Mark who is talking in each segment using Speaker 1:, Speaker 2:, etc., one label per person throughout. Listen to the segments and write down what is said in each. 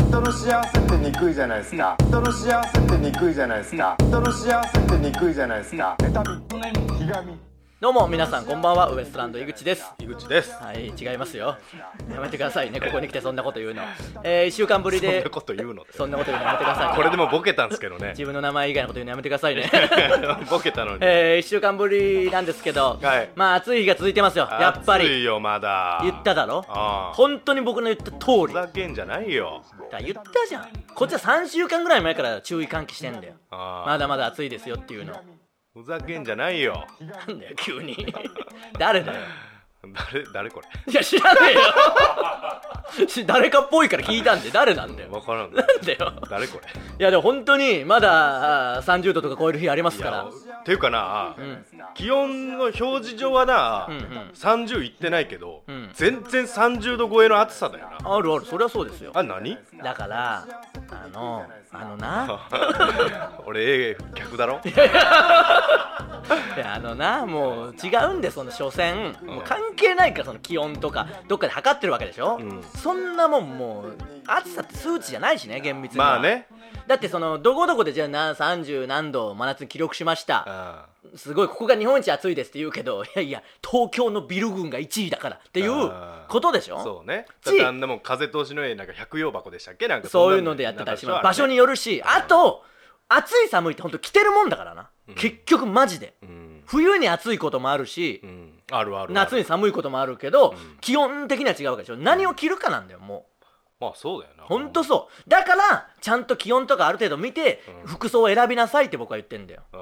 Speaker 1: 人の幸せってにくいじゃないですか人の幸せってにくいじゃないですか人の幸せってにくいじゃないですか妬み妬みひがみ
Speaker 2: どうも皆さんこんばんはウエストランド井口です
Speaker 3: 井口です
Speaker 2: はい違いますよやめてくださいねここに来てそんなこと言うのえー、1週間ぶり
Speaker 3: そん
Speaker 2: で
Speaker 3: なこと言うのって
Speaker 2: そんなこと言うのやめてください
Speaker 3: これでもボケたんですけど ね
Speaker 2: 自分の名前以外のこと言うのやめてくださいね
Speaker 3: ボケたのに、
Speaker 2: えー、1週間ぶりなんですけど、
Speaker 3: はい
Speaker 2: まあ暑い日が続いてますよやっぱ
Speaker 3: 暑
Speaker 2: り
Speaker 3: いよまだ
Speaker 2: 言っただろ
Speaker 3: ああ
Speaker 2: 本当に僕の言った通
Speaker 3: ふ
Speaker 2: りだ
Speaker 3: ざけんじゃないよ
Speaker 2: 言ったじゃんこっちは3週間ぐらい前から注意喚起してんだよ
Speaker 3: ああ
Speaker 2: まだまだ暑いですよっていうの
Speaker 3: ふざけんじゃないよ
Speaker 2: なんだよ急に誰だよ
Speaker 3: 誰誰こ
Speaker 2: いや知らねえよ し誰かっぽいから聞いたんで誰なんだ
Speaker 3: れ
Speaker 2: よ
Speaker 3: 分からん
Speaker 2: なんだよ
Speaker 3: 誰これ
Speaker 2: いやでも本当にまだあー30度とか超える日あります
Speaker 3: い
Speaker 2: か
Speaker 3: や
Speaker 2: ら
Speaker 3: っていうかな、
Speaker 2: ん
Speaker 3: 気温の表示上はな、
Speaker 2: んうん
Speaker 3: 30いってないけど、
Speaker 2: ん
Speaker 3: 全然30度超えの暑さだよな
Speaker 2: あるあるそりゃそうですよ
Speaker 3: あ何
Speaker 2: だからあのあのな
Speaker 3: 俺ええ客だろ
Speaker 2: いやあのなもう違うんでその所詮もう関係ないからその気温とかどっかで測ってるわけでしょ、
Speaker 3: ん
Speaker 2: そんなもんもう暑さって数値じゃないしね厳密には
Speaker 3: まあね
Speaker 2: だってそのどこどこでじゃあな30何度真夏に記録しました、
Speaker 3: あ
Speaker 2: すごいここが日本一暑いですって言うけどい やいや東京のビル群が1位だからっていうことでしょ
Speaker 3: そうね
Speaker 2: ち
Speaker 3: だってあんなもん風通しのええなんか百葉箱でしたっけなんか
Speaker 2: そ
Speaker 3: ん
Speaker 2: うい
Speaker 3: な
Speaker 2: うんのでやってたりします
Speaker 3: なん
Speaker 2: 場
Speaker 3: か
Speaker 2: 所によるしあと暑い寒いって本当着てるもんだからな、結局マジで
Speaker 3: うん、
Speaker 2: 冬に暑いこともあるし
Speaker 3: う、ん、あるあるある
Speaker 2: 夏に寒いこともあるけど、基本的には違うわけでしょ何を着るかなんだよもう
Speaker 3: まあそうだよな
Speaker 2: 本当そうだからちゃんと気温とかある程度見て服装を選びなさいって僕は言ってんだよ
Speaker 3: あ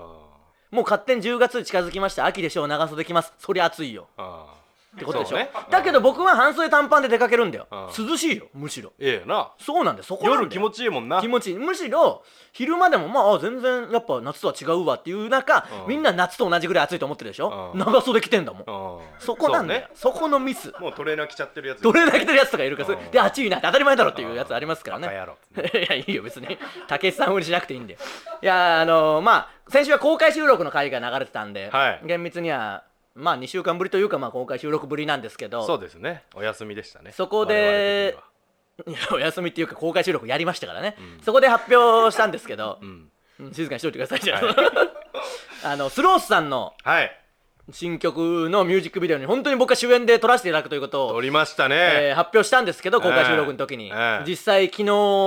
Speaker 2: もう勝手に10月近づきました秋でしょう長袖着ますそりゃ暑いよ
Speaker 3: ああ
Speaker 2: ってことでしょ、
Speaker 3: そうね
Speaker 2: だけど僕は半袖短パンで出かけるんだよ、
Speaker 3: うん
Speaker 2: 涼しいよむしろ
Speaker 3: あええよな
Speaker 2: そうなんだよそこなんだよ
Speaker 3: 夜気持ちいいもんな
Speaker 2: 気持ちいいむしろ昼間でもまああ全然やっぱ夏とは違うわっていう中、
Speaker 3: うん
Speaker 2: みんな夏と同じぐらい暑いと思ってるでしょ、
Speaker 3: うん
Speaker 2: 長袖着てんだもん、
Speaker 3: ああ
Speaker 2: そこなんだよそ,、このミス
Speaker 3: そうねもうトレーナー着ちゃってるやつ
Speaker 2: どれだけてるやつとかいるか、それ
Speaker 3: うん
Speaker 2: で暑いなって当たり前だろっていうやつありますからね、
Speaker 3: バカ野郎
Speaker 2: いやいいよ別に武井さん風にしなくていいんでいやあのまあ先週は公開収録の回が流れてたんで、
Speaker 3: はい
Speaker 2: 厳密にはまあ2週間ぶりというかまあ公開収録ぶりなんですけど
Speaker 3: そうですねお休みでしたね
Speaker 2: そこで
Speaker 3: 我々
Speaker 2: いや お休みっていうか公開収録やりましたからね、そこで発表したんですけど、
Speaker 3: 的にはうん
Speaker 2: うん静かにしといてくださいじゃあ、
Speaker 3: はい
Speaker 2: あのスロースさんの
Speaker 3: はい
Speaker 2: 新曲のミュージックビデオに本当に僕が主演で撮らせていただくということ
Speaker 3: 撮
Speaker 2: を、
Speaker 3: りました
Speaker 2: え
Speaker 3: ね
Speaker 2: ー発表したんですけど公開収録の時に、
Speaker 3: ええええ
Speaker 2: 実際昨日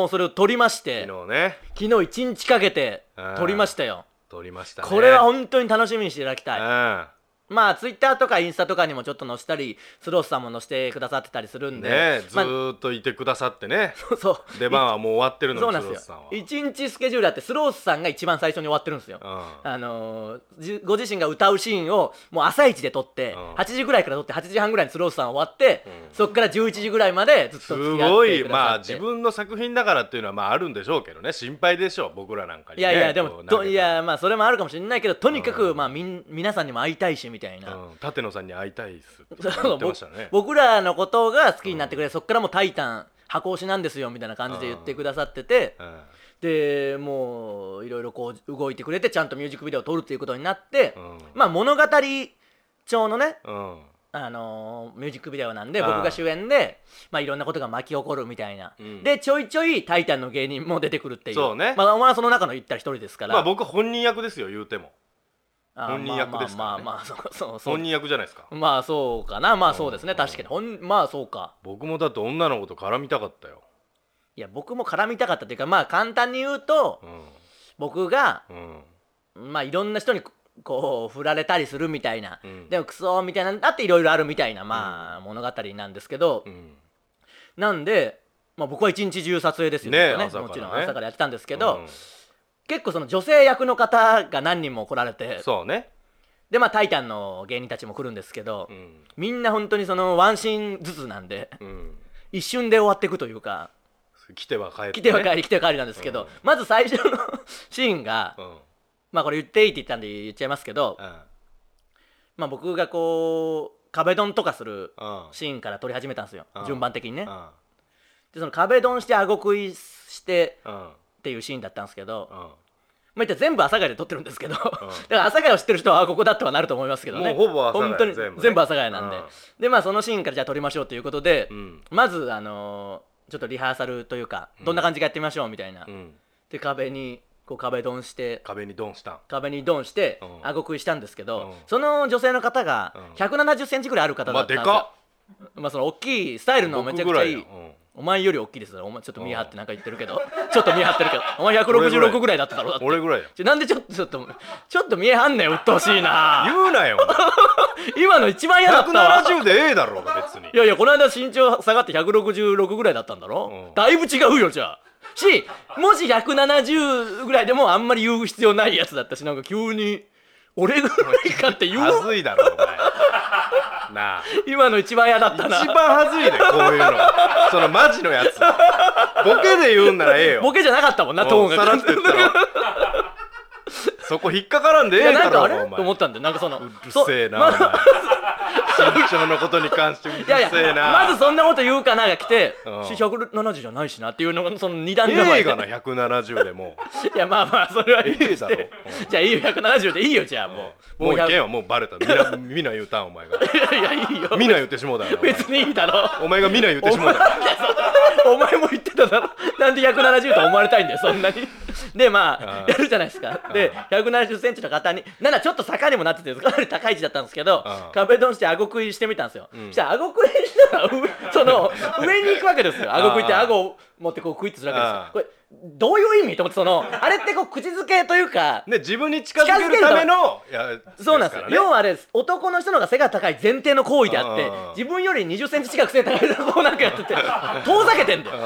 Speaker 2: それを撮りまして
Speaker 3: 昨日ね
Speaker 2: 昨日1日かけて撮りましたよ、
Speaker 3: 撮りましたね
Speaker 2: これは本当に楽しみにしていただきたい、
Speaker 3: うん
Speaker 2: まあツイッターとかインスタとかにもちょっと載せたりスロースさんも載せてくださってたりするんで、
Speaker 3: ねず
Speaker 2: まあ、
Speaker 3: ーっといてくださってね
Speaker 2: そう
Speaker 3: 出番はもう終わってるのに
Speaker 2: そうなんです
Speaker 3: スロ
Speaker 2: よ
Speaker 3: ース
Speaker 2: 一日スケジュールあってスロースさんが一番最初に終わってるんですよ、
Speaker 3: さんは
Speaker 2: あのーじご自身が歌うシーンをもう朝一で撮って、
Speaker 3: うん
Speaker 2: 8時ぐらいから撮って8時半ぐらいにスロースさん終わって、そっから11時ぐらいまでずっ
Speaker 3: う
Speaker 2: と
Speaker 3: んす
Speaker 2: 付き合
Speaker 3: ご
Speaker 2: って
Speaker 3: い
Speaker 2: くださ
Speaker 3: まあ
Speaker 2: って
Speaker 3: 自分の作品だからっていうのはまああるんでしょうけどね心配でしょう僕らなんかに
Speaker 2: い
Speaker 3: ね、
Speaker 2: やいやで
Speaker 3: こ
Speaker 2: も
Speaker 3: う
Speaker 2: ど
Speaker 3: 投
Speaker 2: い
Speaker 3: げたら
Speaker 2: やまあそれもあるかもしれないけどとにかく、まあみん皆さんにも会いたいしみたいな、
Speaker 3: うん舘野さんに会いたいっすって
Speaker 2: そう
Speaker 3: 言ってましたね
Speaker 2: 僕僕らのことが好きになってくれ、そっからもう「タイタン」箱推しなんですよみたいな感じで言ってくださってて、
Speaker 3: うん
Speaker 2: でもういろいろこう動いてくれてちゃんとミュージックビデオを撮るっていうことになって、
Speaker 3: うん
Speaker 2: まあ物語調のね
Speaker 3: うん
Speaker 2: あのーミュージックビデオなんで
Speaker 3: ああ
Speaker 2: 僕が主演で、まあ、いろんなことが巻き起こるみたいな、
Speaker 3: うん
Speaker 2: でちょいちょい「タイタン」の芸人も出てくるっていう
Speaker 3: そうね
Speaker 2: まあ、お前はその中の言った一人ですから、
Speaker 3: まあ僕本人役ですよ言うても
Speaker 2: あ
Speaker 3: 本人役ですからね
Speaker 2: まあまあまあまあそうそうそう
Speaker 3: 本人役じゃないですか
Speaker 2: まあそうかなまあそうですね
Speaker 3: うん
Speaker 2: 確かにほんまあそうか
Speaker 3: 僕もだって女の子と絡みたかったよ
Speaker 2: いや僕も絡みたかったというかまあ簡単に言うと
Speaker 3: う
Speaker 2: 僕が、
Speaker 3: んうん
Speaker 2: まあ、いろんな人にここう振られたりするみたいな、
Speaker 3: うん
Speaker 2: でもクソみたいなだっていろいろあるみたいな、まあ、物語なんですけど、
Speaker 3: うん
Speaker 2: なんで、まあ、僕は一日中撮影ですよ
Speaker 3: ねえ
Speaker 2: 僕は
Speaker 3: 朝からね
Speaker 2: もちろん朝からやってたんですけど、
Speaker 3: うん
Speaker 2: 結構その女性役の方が何人も来られて
Speaker 3: そうね
Speaker 2: でまあ「タイタン」の芸人たちも来るんですけど、
Speaker 3: うん
Speaker 2: みんな本当にそのワンシーンずつなんで
Speaker 3: うん
Speaker 2: 一瞬で終わっていくというか
Speaker 3: 来ては帰ってね
Speaker 2: 来ては帰り来ては帰りなんですけど、
Speaker 3: うん
Speaker 2: まず最初のシーンが、
Speaker 3: うんうん
Speaker 2: まあこれ言っていいって言ったんで言っちゃいますけど、まあ、僕がこう壁ドンとかする
Speaker 3: うん
Speaker 2: シーンから撮り始めたんですよ、
Speaker 3: うん
Speaker 2: 順番的にね、
Speaker 3: うん
Speaker 2: でその壁ドンして顎食いして
Speaker 3: うん
Speaker 2: っていうシーンだったんですけど、
Speaker 3: うん
Speaker 2: まあ、言ったら全部朝霞で撮ってるんですけ ど、だから朝霞を知ってる人はあここだとはなると思いますけどね
Speaker 3: もうほぼ阿佐ヶ谷
Speaker 2: 本当に
Speaker 3: 全部ね
Speaker 2: 全部朝霞なんで、
Speaker 3: うん
Speaker 2: でまあそのシーンからじゃあ撮りましょうということで、
Speaker 3: うん
Speaker 2: まずあのーちょっとリハーサルというかどんな感じかやってみましょうみたいな、
Speaker 3: うん、
Speaker 2: で壁にこう壁ドンして
Speaker 3: 壁にドンしたん
Speaker 2: 壁にドンして
Speaker 3: うん
Speaker 2: 顎食いしたんですけど、
Speaker 3: うん
Speaker 2: その女性の方が
Speaker 3: うん
Speaker 2: 1 7 0ンチぐらいある方だ
Speaker 3: まあ
Speaker 2: った
Speaker 3: で
Speaker 2: んですよ、
Speaker 3: か
Speaker 2: まあその大きいスタイルのめちゃくちゃいい
Speaker 3: 僕ぐらやうん
Speaker 2: お前より大きいですよお前ちょっと見張ってなんか言ってるけどちょっと見張ってるけどお前166ぐらいだっただろだって
Speaker 3: 俺ぐらいや
Speaker 2: ちょなんでちょっとちょっとちょっと見えはんねん鬱陶しいな
Speaker 3: 言うなよ
Speaker 2: 今の一番嫌だったわ
Speaker 3: 170でええだろうが別に
Speaker 2: いやいやこの間身長下がって166ぐらいだったんだろ、
Speaker 3: うん
Speaker 2: だいぶ違うよじゃあしもし170ぐらいでもあんまり言う必要ないやつだったしなんか急に俺ぐらいかって言
Speaker 3: は
Speaker 2: う
Speaker 3: ずいだろ お前なあ
Speaker 2: 今の一番嫌だった
Speaker 3: 一
Speaker 2: な
Speaker 3: 番はずいでこういうのそのマジのやつボケで言うんならええよ
Speaker 2: ボケじゃなかったもんなトーン
Speaker 3: うんさら
Speaker 2: が
Speaker 3: っと言ったろそこ引っかからん で
Speaker 2: い
Speaker 3: え
Speaker 2: や
Speaker 3: え
Speaker 2: な
Speaker 3: だ
Speaker 2: んか
Speaker 3: ろ
Speaker 2: あ
Speaker 3: うが
Speaker 2: れ
Speaker 3: お
Speaker 2: と思
Speaker 3: 前
Speaker 2: ったんだよなんかそのう
Speaker 3: うるせえなお前身長のことに関してうる
Speaker 2: い
Speaker 3: せ
Speaker 2: やいや
Speaker 3: えな
Speaker 2: まずそんなこと言うかなが来て、
Speaker 3: うん
Speaker 2: し170じゃないしなっていうのがその2段構
Speaker 3: ええ
Speaker 2: えで
Speaker 3: がな170でも
Speaker 2: いやまあまあそれはいいとして、
Speaker 3: え
Speaker 2: じゃあいいよ170でいいよじゃあもう、
Speaker 3: うもういけ
Speaker 2: よ
Speaker 3: よもうバレたみなみな言うたんお前が
Speaker 2: いやいやいいよ
Speaker 3: みな言ってしもうだよお前
Speaker 2: 別にいいだろ
Speaker 3: お前がみな言って
Speaker 2: お
Speaker 3: しも
Speaker 2: 前
Speaker 3: うだよ
Speaker 2: お前も言ってただろなんで170と思われたいんだよそんなにでまあ
Speaker 3: うん
Speaker 2: やるじゃないですかで1 7 0ンチの方になんならちょっと坂にもなっててかなり高い位置だったんですけど
Speaker 3: うん
Speaker 2: 壁ドンして顎食いしてみたんですよ、
Speaker 3: ん
Speaker 2: そしたら顎食いしたら上 その上に行くわけですよ顎食いって
Speaker 3: あー
Speaker 2: 顎を持ってこう食いってするわけですよこれどういう意味と思ってそのあれってこう口づけというか
Speaker 3: ね自分に近づけるためのいや
Speaker 2: そうなんですよ
Speaker 3: からね
Speaker 2: 要はあれです男の人の方が背が高い前提の行為であって
Speaker 3: うん
Speaker 2: 自分より2 0ンチ近く背高い人がこうなんかやってて遠ざけてんだよ
Speaker 3: うん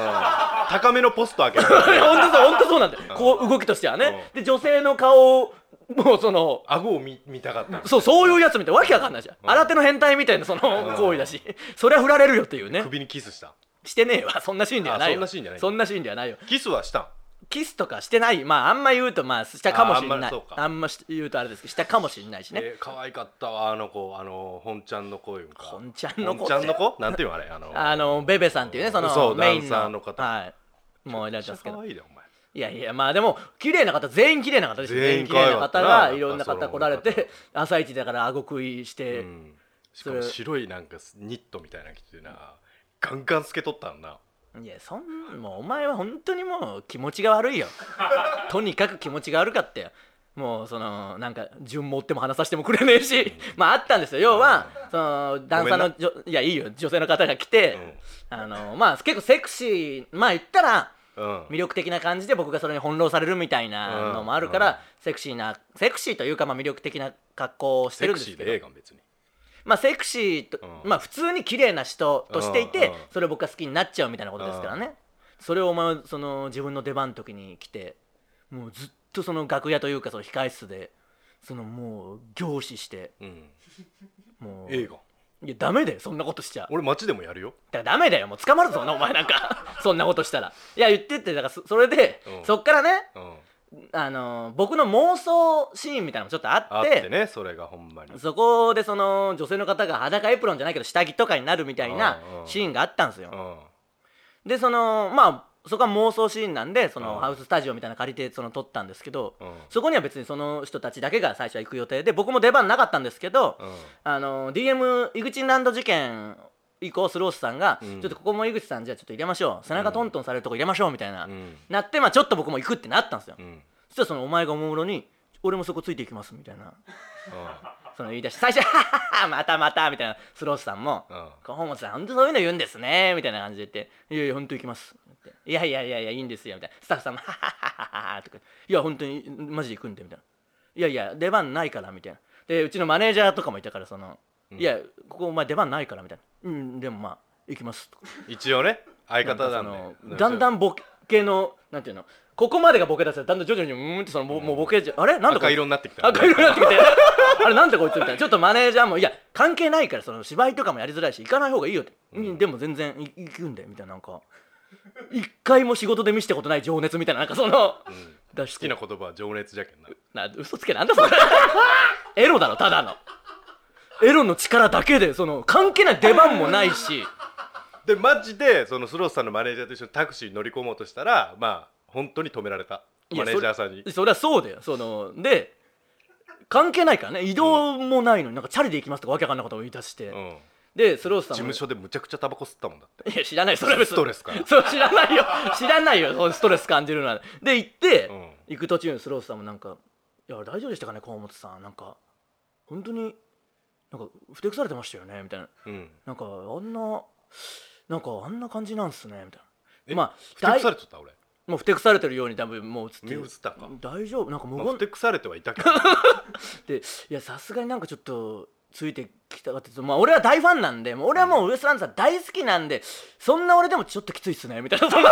Speaker 3: 高めのポスト開ける
Speaker 2: いや本当そう本当そうなんだよこう動きとしてはねで女性の顔をもうその
Speaker 3: 顎を見見たかった
Speaker 2: そうそういうやつみたいなわけわかんないじゃん新手の変態みたいなその行為だしそりゃ振られるよっていうね
Speaker 3: 首にキスした
Speaker 2: してねえわそんなシーンではないよ
Speaker 3: あそんなシーンじゃない
Speaker 2: そんなシーンではないよ
Speaker 3: キスはしたん
Speaker 2: キスとかしてないまああんま言うとまあしたかもしん
Speaker 3: ああんま
Speaker 2: な
Speaker 3: り
Speaker 2: い
Speaker 3: そうか
Speaker 2: あんまし言うとあれですけどしたかもしんないしね
Speaker 3: えー、可愛かったわあの子あの本ちゃんの子いうか
Speaker 2: 本ちゃんの子って
Speaker 3: 本ちゃんの子なんていうのあれあの
Speaker 2: あのベベさんっていうねそ
Speaker 3: そ
Speaker 2: の
Speaker 3: う
Speaker 2: メインの
Speaker 3: ダンサーの方
Speaker 2: はいもういらっしゃ
Speaker 3: め
Speaker 2: るんです
Speaker 3: っち
Speaker 2: け
Speaker 3: ゃ可
Speaker 2: ど
Speaker 3: 愛いでお前
Speaker 2: いやいやまあでも綺麗な方全員綺麗な方です
Speaker 3: 全
Speaker 2: 全
Speaker 3: 員
Speaker 2: 員
Speaker 3: 可
Speaker 2: 綺
Speaker 3: 愛
Speaker 2: 麗
Speaker 3: か
Speaker 2: な
Speaker 3: った
Speaker 2: 方
Speaker 3: な
Speaker 2: がいろんな
Speaker 3: やっぱ
Speaker 2: 方
Speaker 3: その
Speaker 2: 来られて朝一だから顎食いして、
Speaker 3: うんしかも白いなんかニットみたいなの着てなガンガン透けとったんない
Speaker 2: やそんもうお前は本当にもう気持ちが悪い よとにかく気持ちが悪かったよもうそのなんか順も追っても話させてもくれねえしまああったんですよ要はそのダンサー
Speaker 3: ごめん
Speaker 2: のじょいやいいよ女性の方が来て、あのまあ結構セクシーまあ言ったら
Speaker 3: うん
Speaker 2: 魅力的な感じで僕がそれに翻弄されるみたいなのもあるから、セクシーなセクシーというかまあ魅力的な格好をして
Speaker 3: セ
Speaker 2: るん
Speaker 3: ク
Speaker 2: です
Speaker 3: シ
Speaker 2: け
Speaker 3: ー
Speaker 2: ど
Speaker 3: でええがん別に
Speaker 2: まあセクシーと、
Speaker 3: うん
Speaker 2: まあ普通に綺麗な人としていて、
Speaker 3: うんうん
Speaker 2: それを僕が好きになっちゃうみたいなことですからね、それをお前はその自分の出番の時に来てもうずっとその楽屋というかその控室でそのもう凝視して
Speaker 3: うん
Speaker 2: もう
Speaker 3: ええがん
Speaker 2: いやダメだよそんなことしちゃ
Speaker 3: 俺街でもやるよ
Speaker 2: だからダメだよもう捕まるぞそんなお前なんか そんなことしたらいや言ってってだからそそれで、
Speaker 3: うん
Speaker 2: そっからね
Speaker 3: うん
Speaker 2: あの僕の妄想シーンみたいなのもちょっとあって
Speaker 3: あってねそれがほんまに
Speaker 2: そこでその女性の方が裸エプロンじゃないけど下着とかになるみたいな
Speaker 3: うんうん
Speaker 2: シーンがあったんですよ、
Speaker 3: うん
Speaker 2: でそのまあそこは妄想シーンなんでその
Speaker 3: うん
Speaker 2: ハウススタジオみたいなの借りてその撮ったんですけど、
Speaker 3: うん
Speaker 2: そこには別にその人たちだけが最初は行く予定で僕も出番なかったんですけど、
Speaker 3: うん
Speaker 2: あの DM 井口ランド事件以降スロースさんが、
Speaker 3: うん
Speaker 2: ちょっとここも井口さんじゃあちょっと入れましょう背中トントンされるとこ入れましょうみたいな、
Speaker 3: うん
Speaker 2: なってまあちょっと僕も行くってなったんですよ、
Speaker 3: うん
Speaker 2: そしたらそのお前がおもむろに俺もそこついていきますみたいな
Speaker 3: う
Speaker 2: その言い出し最初「はははまたまた」みたいなスロースさんも
Speaker 3: んうん
Speaker 2: 「河本さんほんとそういうの言うんですね」みたいな感じで言って「いやいやほんと行きます」っていやいやいやいやいいんですよ」みたいなスタッフさんも「はははは」とか「いやほんとにマジで行くんで」みたいな「いやいや出番ないから」みたいなでうちのマネージャーとかもいたからその「いやここお前出番ないから」みたいな「うんでもまあ行きます」とか
Speaker 3: 一応ね相
Speaker 2: なんか
Speaker 3: 方
Speaker 2: そ
Speaker 3: だ
Speaker 2: の
Speaker 3: ね
Speaker 2: だんだ
Speaker 3: ん
Speaker 2: んボケのなんていうのここまでがボケだったらだんだん徐々にうーんってそのもうもうボケじゃあれなんだこ
Speaker 3: 赤
Speaker 2: れ
Speaker 3: 色になってきた
Speaker 2: 赤色になってき てあれなんでこいつみたいなちょっとマネージャーもいや関係ないからその芝居とかもやりづらいし行かない方がいいよって、うん、でも全然い行くんでみたいななんか一回も仕事で見せたことない情熱みたいななんかその、
Speaker 3: ん
Speaker 2: 出し
Speaker 3: 好き
Speaker 2: て
Speaker 3: な言葉は情熱じゃけんな
Speaker 2: な嘘つけなんだそれ エロだろただのエロの力だけでその関係ない出番もないし
Speaker 3: でマジでそのスロースさんのマネージャーと一緒にタクシーに乗り込もうとしたらまあ本当に止められた
Speaker 2: いや
Speaker 3: マネージャーさんに
Speaker 2: それそれはそうだよそので関係ないからね移動もないのになんかチャリで行きますとかわけわかんないことを言い出して、
Speaker 3: うん
Speaker 2: でスロースさん
Speaker 3: 事
Speaker 2: も
Speaker 3: 務所でむちゃくちゃタバコ吸ったもんだって
Speaker 2: いや知らないそれは
Speaker 3: ストレスから
Speaker 2: そう知らないよ知らないよそのストレス感じるのはで行って、
Speaker 3: うん
Speaker 2: 行く途中にスロースさんもなんか「いや大丈夫でしたかね河本さんなんか本当になんかふてくされてましたよね」みたいな
Speaker 3: うん
Speaker 2: なんかあんななんかあんな感じなんすねみたい
Speaker 3: え
Speaker 2: なまあ
Speaker 3: ふてく
Speaker 2: だ
Speaker 3: さ
Speaker 2: い
Speaker 3: れちゃった俺
Speaker 2: もうふてくされてるように多分もう映って
Speaker 3: 目
Speaker 2: る
Speaker 3: 映ったか
Speaker 2: 大丈夫なんか無
Speaker 3: まあ
Speaker 2: 言
Speaker 3: ふてくされては いたけど
Speaker 2: でいやさすがになんかちょっとついてきたかってまあ俺は大ファンなんでもう俺はもうウエストランドさん大好きなんでそんな俺でもちょっときついっすねみたいなそんな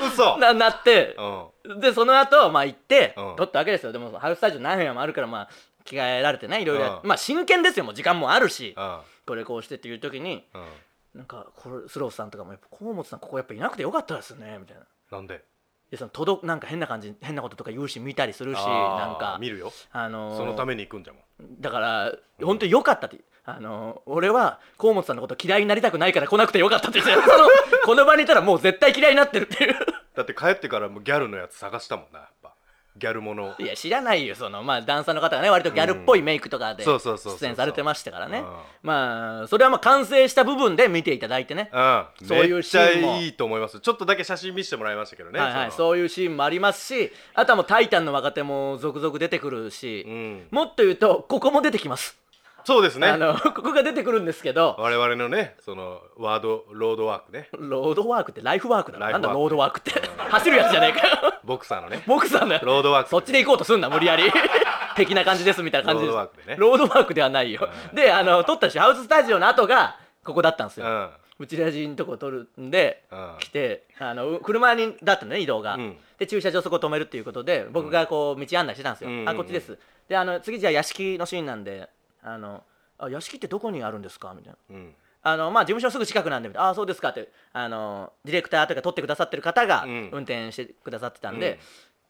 Speaker 3: 嘘
Speaker 2: ななって
Speaker 3: うん
Speaker 2: でその後まあ行って
Speaker 3: うん
Speaker 2: 撮ったわけですよでもハウススタジオ何部屋もあるからまあ着替えられてねいろいろやっ
Speaker 3: うん
Speaker 2: まあ真剣ですよもう時間もあるし
Speaker 3: あ
Speaker 2: これこうしてっていう時に
Speaker 3: あうん
Speaker 2: なんかこれスロースさんとかもやっぱ河本さんここやっぱいなくてよかったですねみたいない
Speaker 3: なんで
Speaker 2: やその届なんか変な感じ変なこととか言うし見たりするし
Speaker 3: あー
Speaker 2: なんか
Speaker 3: 見るよ
Speaker 2: あのー
Speaker 3: そのために行くんじゃもん
Speaker 2: だから本当に良かったってあの俺は河本さんのこと嫌いになりたくないから来なくてよかったって言ってたそのこの場にいたらもう絶対嫌いになってるっていう
Speaker 3: だって帰ってからもギャルのやつ探したもんなやっぱギャルものを
Speaker 2: いや知らないよそのまあダンサーの方がね割とギャルっぽいメイクとかで
Speaker 3: そうそうそうそう
Speaker 2: 出演されてましたからね
Speaker 3: うん
Speaker 2: まあそれはまあ完成した部分で見ていただいてね
Speaker 3: うん、
Speaker 2: そういうシーンも
Speaker 3: めっちゃいいと思いますちょっとだけ写真見せてもらいましたけどね
Speaker 2: はいはい、
Speaker 3: う、
Speaker 2: そういうシーンもありますしあとはもう「タイタン」の若手も続々出てくるし、
Speaker 3: うん、
Speaker 2: もっと言うとここも出てきます、
Speaker 3: そうです
Speaker 2: あ
Speaker 3: ね
Speaker 2: の ここが出てくるんですけど
Speaker 3: 我々のねそのワードロードワークね
Speaker 2: ロードワークってライフワークだろ
Speaker 3: ライフ
Speaker 2: な
Speaker 3: ワー
Speaker 2: んだ
Speaker 3: ク
Speaker 2: ロードワークって 走るやつじゃねえかよ
Speaker 3: ボクサー のね
Speaker 2: ボクサーの
Speaker 3: ロードワーク
Speaker 2: そっちで行こうとすんな無理やり 的な感じですみたいな感じです
Speaker 3: ロードワークでね
Speaker 2: ロードワークではないよ、であの撮ったしハウススタジオの後がここだったんです
Speaker 3: う
Speaker 2: よ、
Speaker 3: ん
Speaker 2: うちらじんとこ撮るんで、
Speaker 3: うん
Speaker 2: 来てあのう車にだったのね移動が、
Speaker 3: うん
Speaker 2: で駐車場そこ止めるっていうことで僕がこう道案内してたんですよ、
Speaker 3: うんうんうん
Speaker 2: あこっちですであの次じゃあ屋敷のシーンなんであのあ屋敷ってどこにあるんですかみたいな
Speaker 3: うん
Speaker 2: あのまあ事務所すぐ近くなんでみたいなああそうですかってあのディレクターとか撮ってくださってる方が
Speaker 3: うん
Speaker 2: 運転してくださってたんで、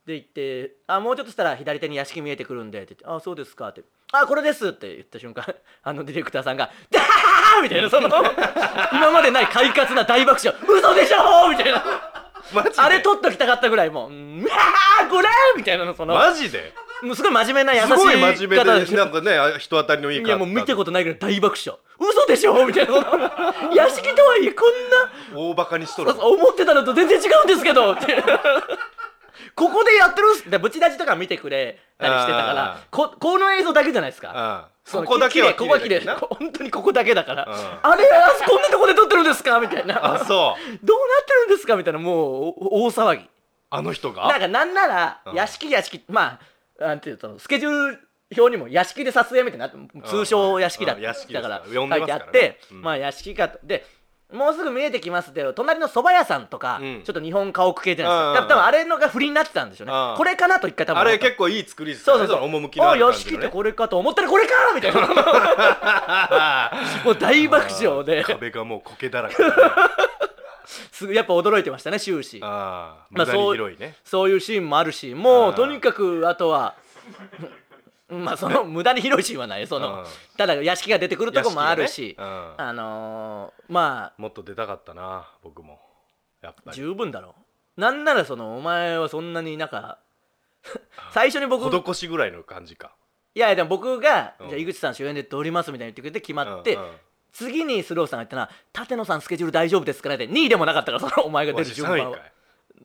Speaker 2: で行ってあもうちょっとしたら左手に屋敷見えてくるんでって言ってあそうですかってあこれですって言った瞬間あのディレクターさんが「ダー!」みたいなその今までない快活な大爆笑「嘘でしょ!」みたいな
Speaker 3: マジで
Speaker 2: あれ撮っときたかったぐらいもう「うんあーこれ!」みたいなのその
Speaker 3: マジで
Speaker 2: もうすごい真面目な優しい
Speaker 3: すごい真面
Speaker 2: 方
Speaker 3: 目
Speaker 2: です
Speaker 3: でなんかねあ人当たりのいい
Speaker 2: い
Speaker 3: 方
Speaker 2: やもう見たことないぐらい大爆笑嘘でしょみたいな その屋敷とはいえこん
Speaker 3: 大バカにしとる
Speaker 2: な思ってたのと全然違うんですけど ってここでやってるんすでブチラジとか見てくれたりしてたから
Speaker 3: あー
Speaker 2: ここの映像だけじゃないですか
Speaker 3: う
Speaker 2: そ
Speaker 3: ん
Speaker 2: の
Speaker 3: ここだけは
Speaker 2: 綺麗ここは綺麗
Speaker 3: だけどな
Speaker 2: こ本当にここだけだから
Speaker 3: うん
Speaker 2: あれあそこんなとこで撮ってるんですかみたいな どうな
Speaker 3: あそう
Speaker 2: ってるんですかみたいなもうお大騒ぎ
Speaker 3: あの人
Speaker 2: なん
Speaker 3: が
Speaker 2: かなんなら
Speaker 3: うん
Speaker 2: 屋敷屋敷まあなんていうとスケジュール表にも屋敷で撮影みたいな通称屋敷だ,、
Speaker 3: うん屋敷
Speaker 2: だ
Speaker 3: です
Speaker 2: か
Speaker 3: からら
Speaker 2: 書
Speaker 3: 呼
Speaker 2: い
Speaker 3: んでます
Speaker 2: て
Speaker 3: か
Speaker 2: あ
Speaker 3: らね
Speaker 2: って
Speaker 3: うん
Speaker 2: まあ屋敷かとでもうすぐ見えてきますって隣の蕎麦屋さんとか、
Speaker 3: うん
Speaker 2: ちょっと日本家屋系じゃないですか、
Speaker 3: うん
Speaker 2: 多分多分あれのが振りになってたんでしょうね、
Speaker 3: うん
Speaker 2: これかなと一回多分
Speaker 3: あ
Speaker 2: 思っ
Speaker 3: れ
Speaker 2: た
Speaker 3: 結構いい作りです
Speaker 2: そ
Speaker 3: よ
Speaker 2: うそ
Speaker 3: ね
Speaker 2: うそう
Speaker 3: の趣のある感
Speaker 2: お屋
Speaker 3: じ
Speaker 2: 敷っ
Speaker 3: の
Speaker 2: て
Speaker 3: ね
Speaker 2: これかと思ったらこれかみたいなもう大爆笑で
Speaker 3: 壁がもう苔だらけだね
Speaker 2: すやっぱ驚いてましたね終始
Speaker 3: ああ
Speaker 2: まあ
Speaker 3: 無駄に広いね
Speaker 2: そういうシーンもあるしも
Speaker 3: あ
Speaker 2: う
Speaker 3: ー
Speaker 2: とにかくあとはまあその無駄に広いシーンはないその
Speaker 3: うん
Speaker 2: ただ屋敷が出てくるとこもあるし、
Speaker 3: 屋敷がねうん
Speaker 2: あのーま
Speaker 3: もっと出たかったな僕もやっ
Speaker 2: あ
Speaker 3: ぱり
Speaker 2: 十分だろうなんならそのお前はそんなになんか最初に僕い
Speaker 3: 施しぐらいの感じか
Speaker 2: やいやでも僕が、
Speaker 3: うん
Speaker 2: じゃあ井口さん主演で撮りますみたいに言ってくれて決まって、
Speaker 3: うんうん
Speaker 2: 次にスローさんが言ったのは「舘野さんスケジュール大丈夫ですから」で2位でもなかったからそのお前が出
Speaker 3: わ
Speaker 2: る
Speaker 3: し
Speaker 2: 順
Speaker 3: 3位
Speaker 2: 番
Speaker 3: か
Speaker 2: はい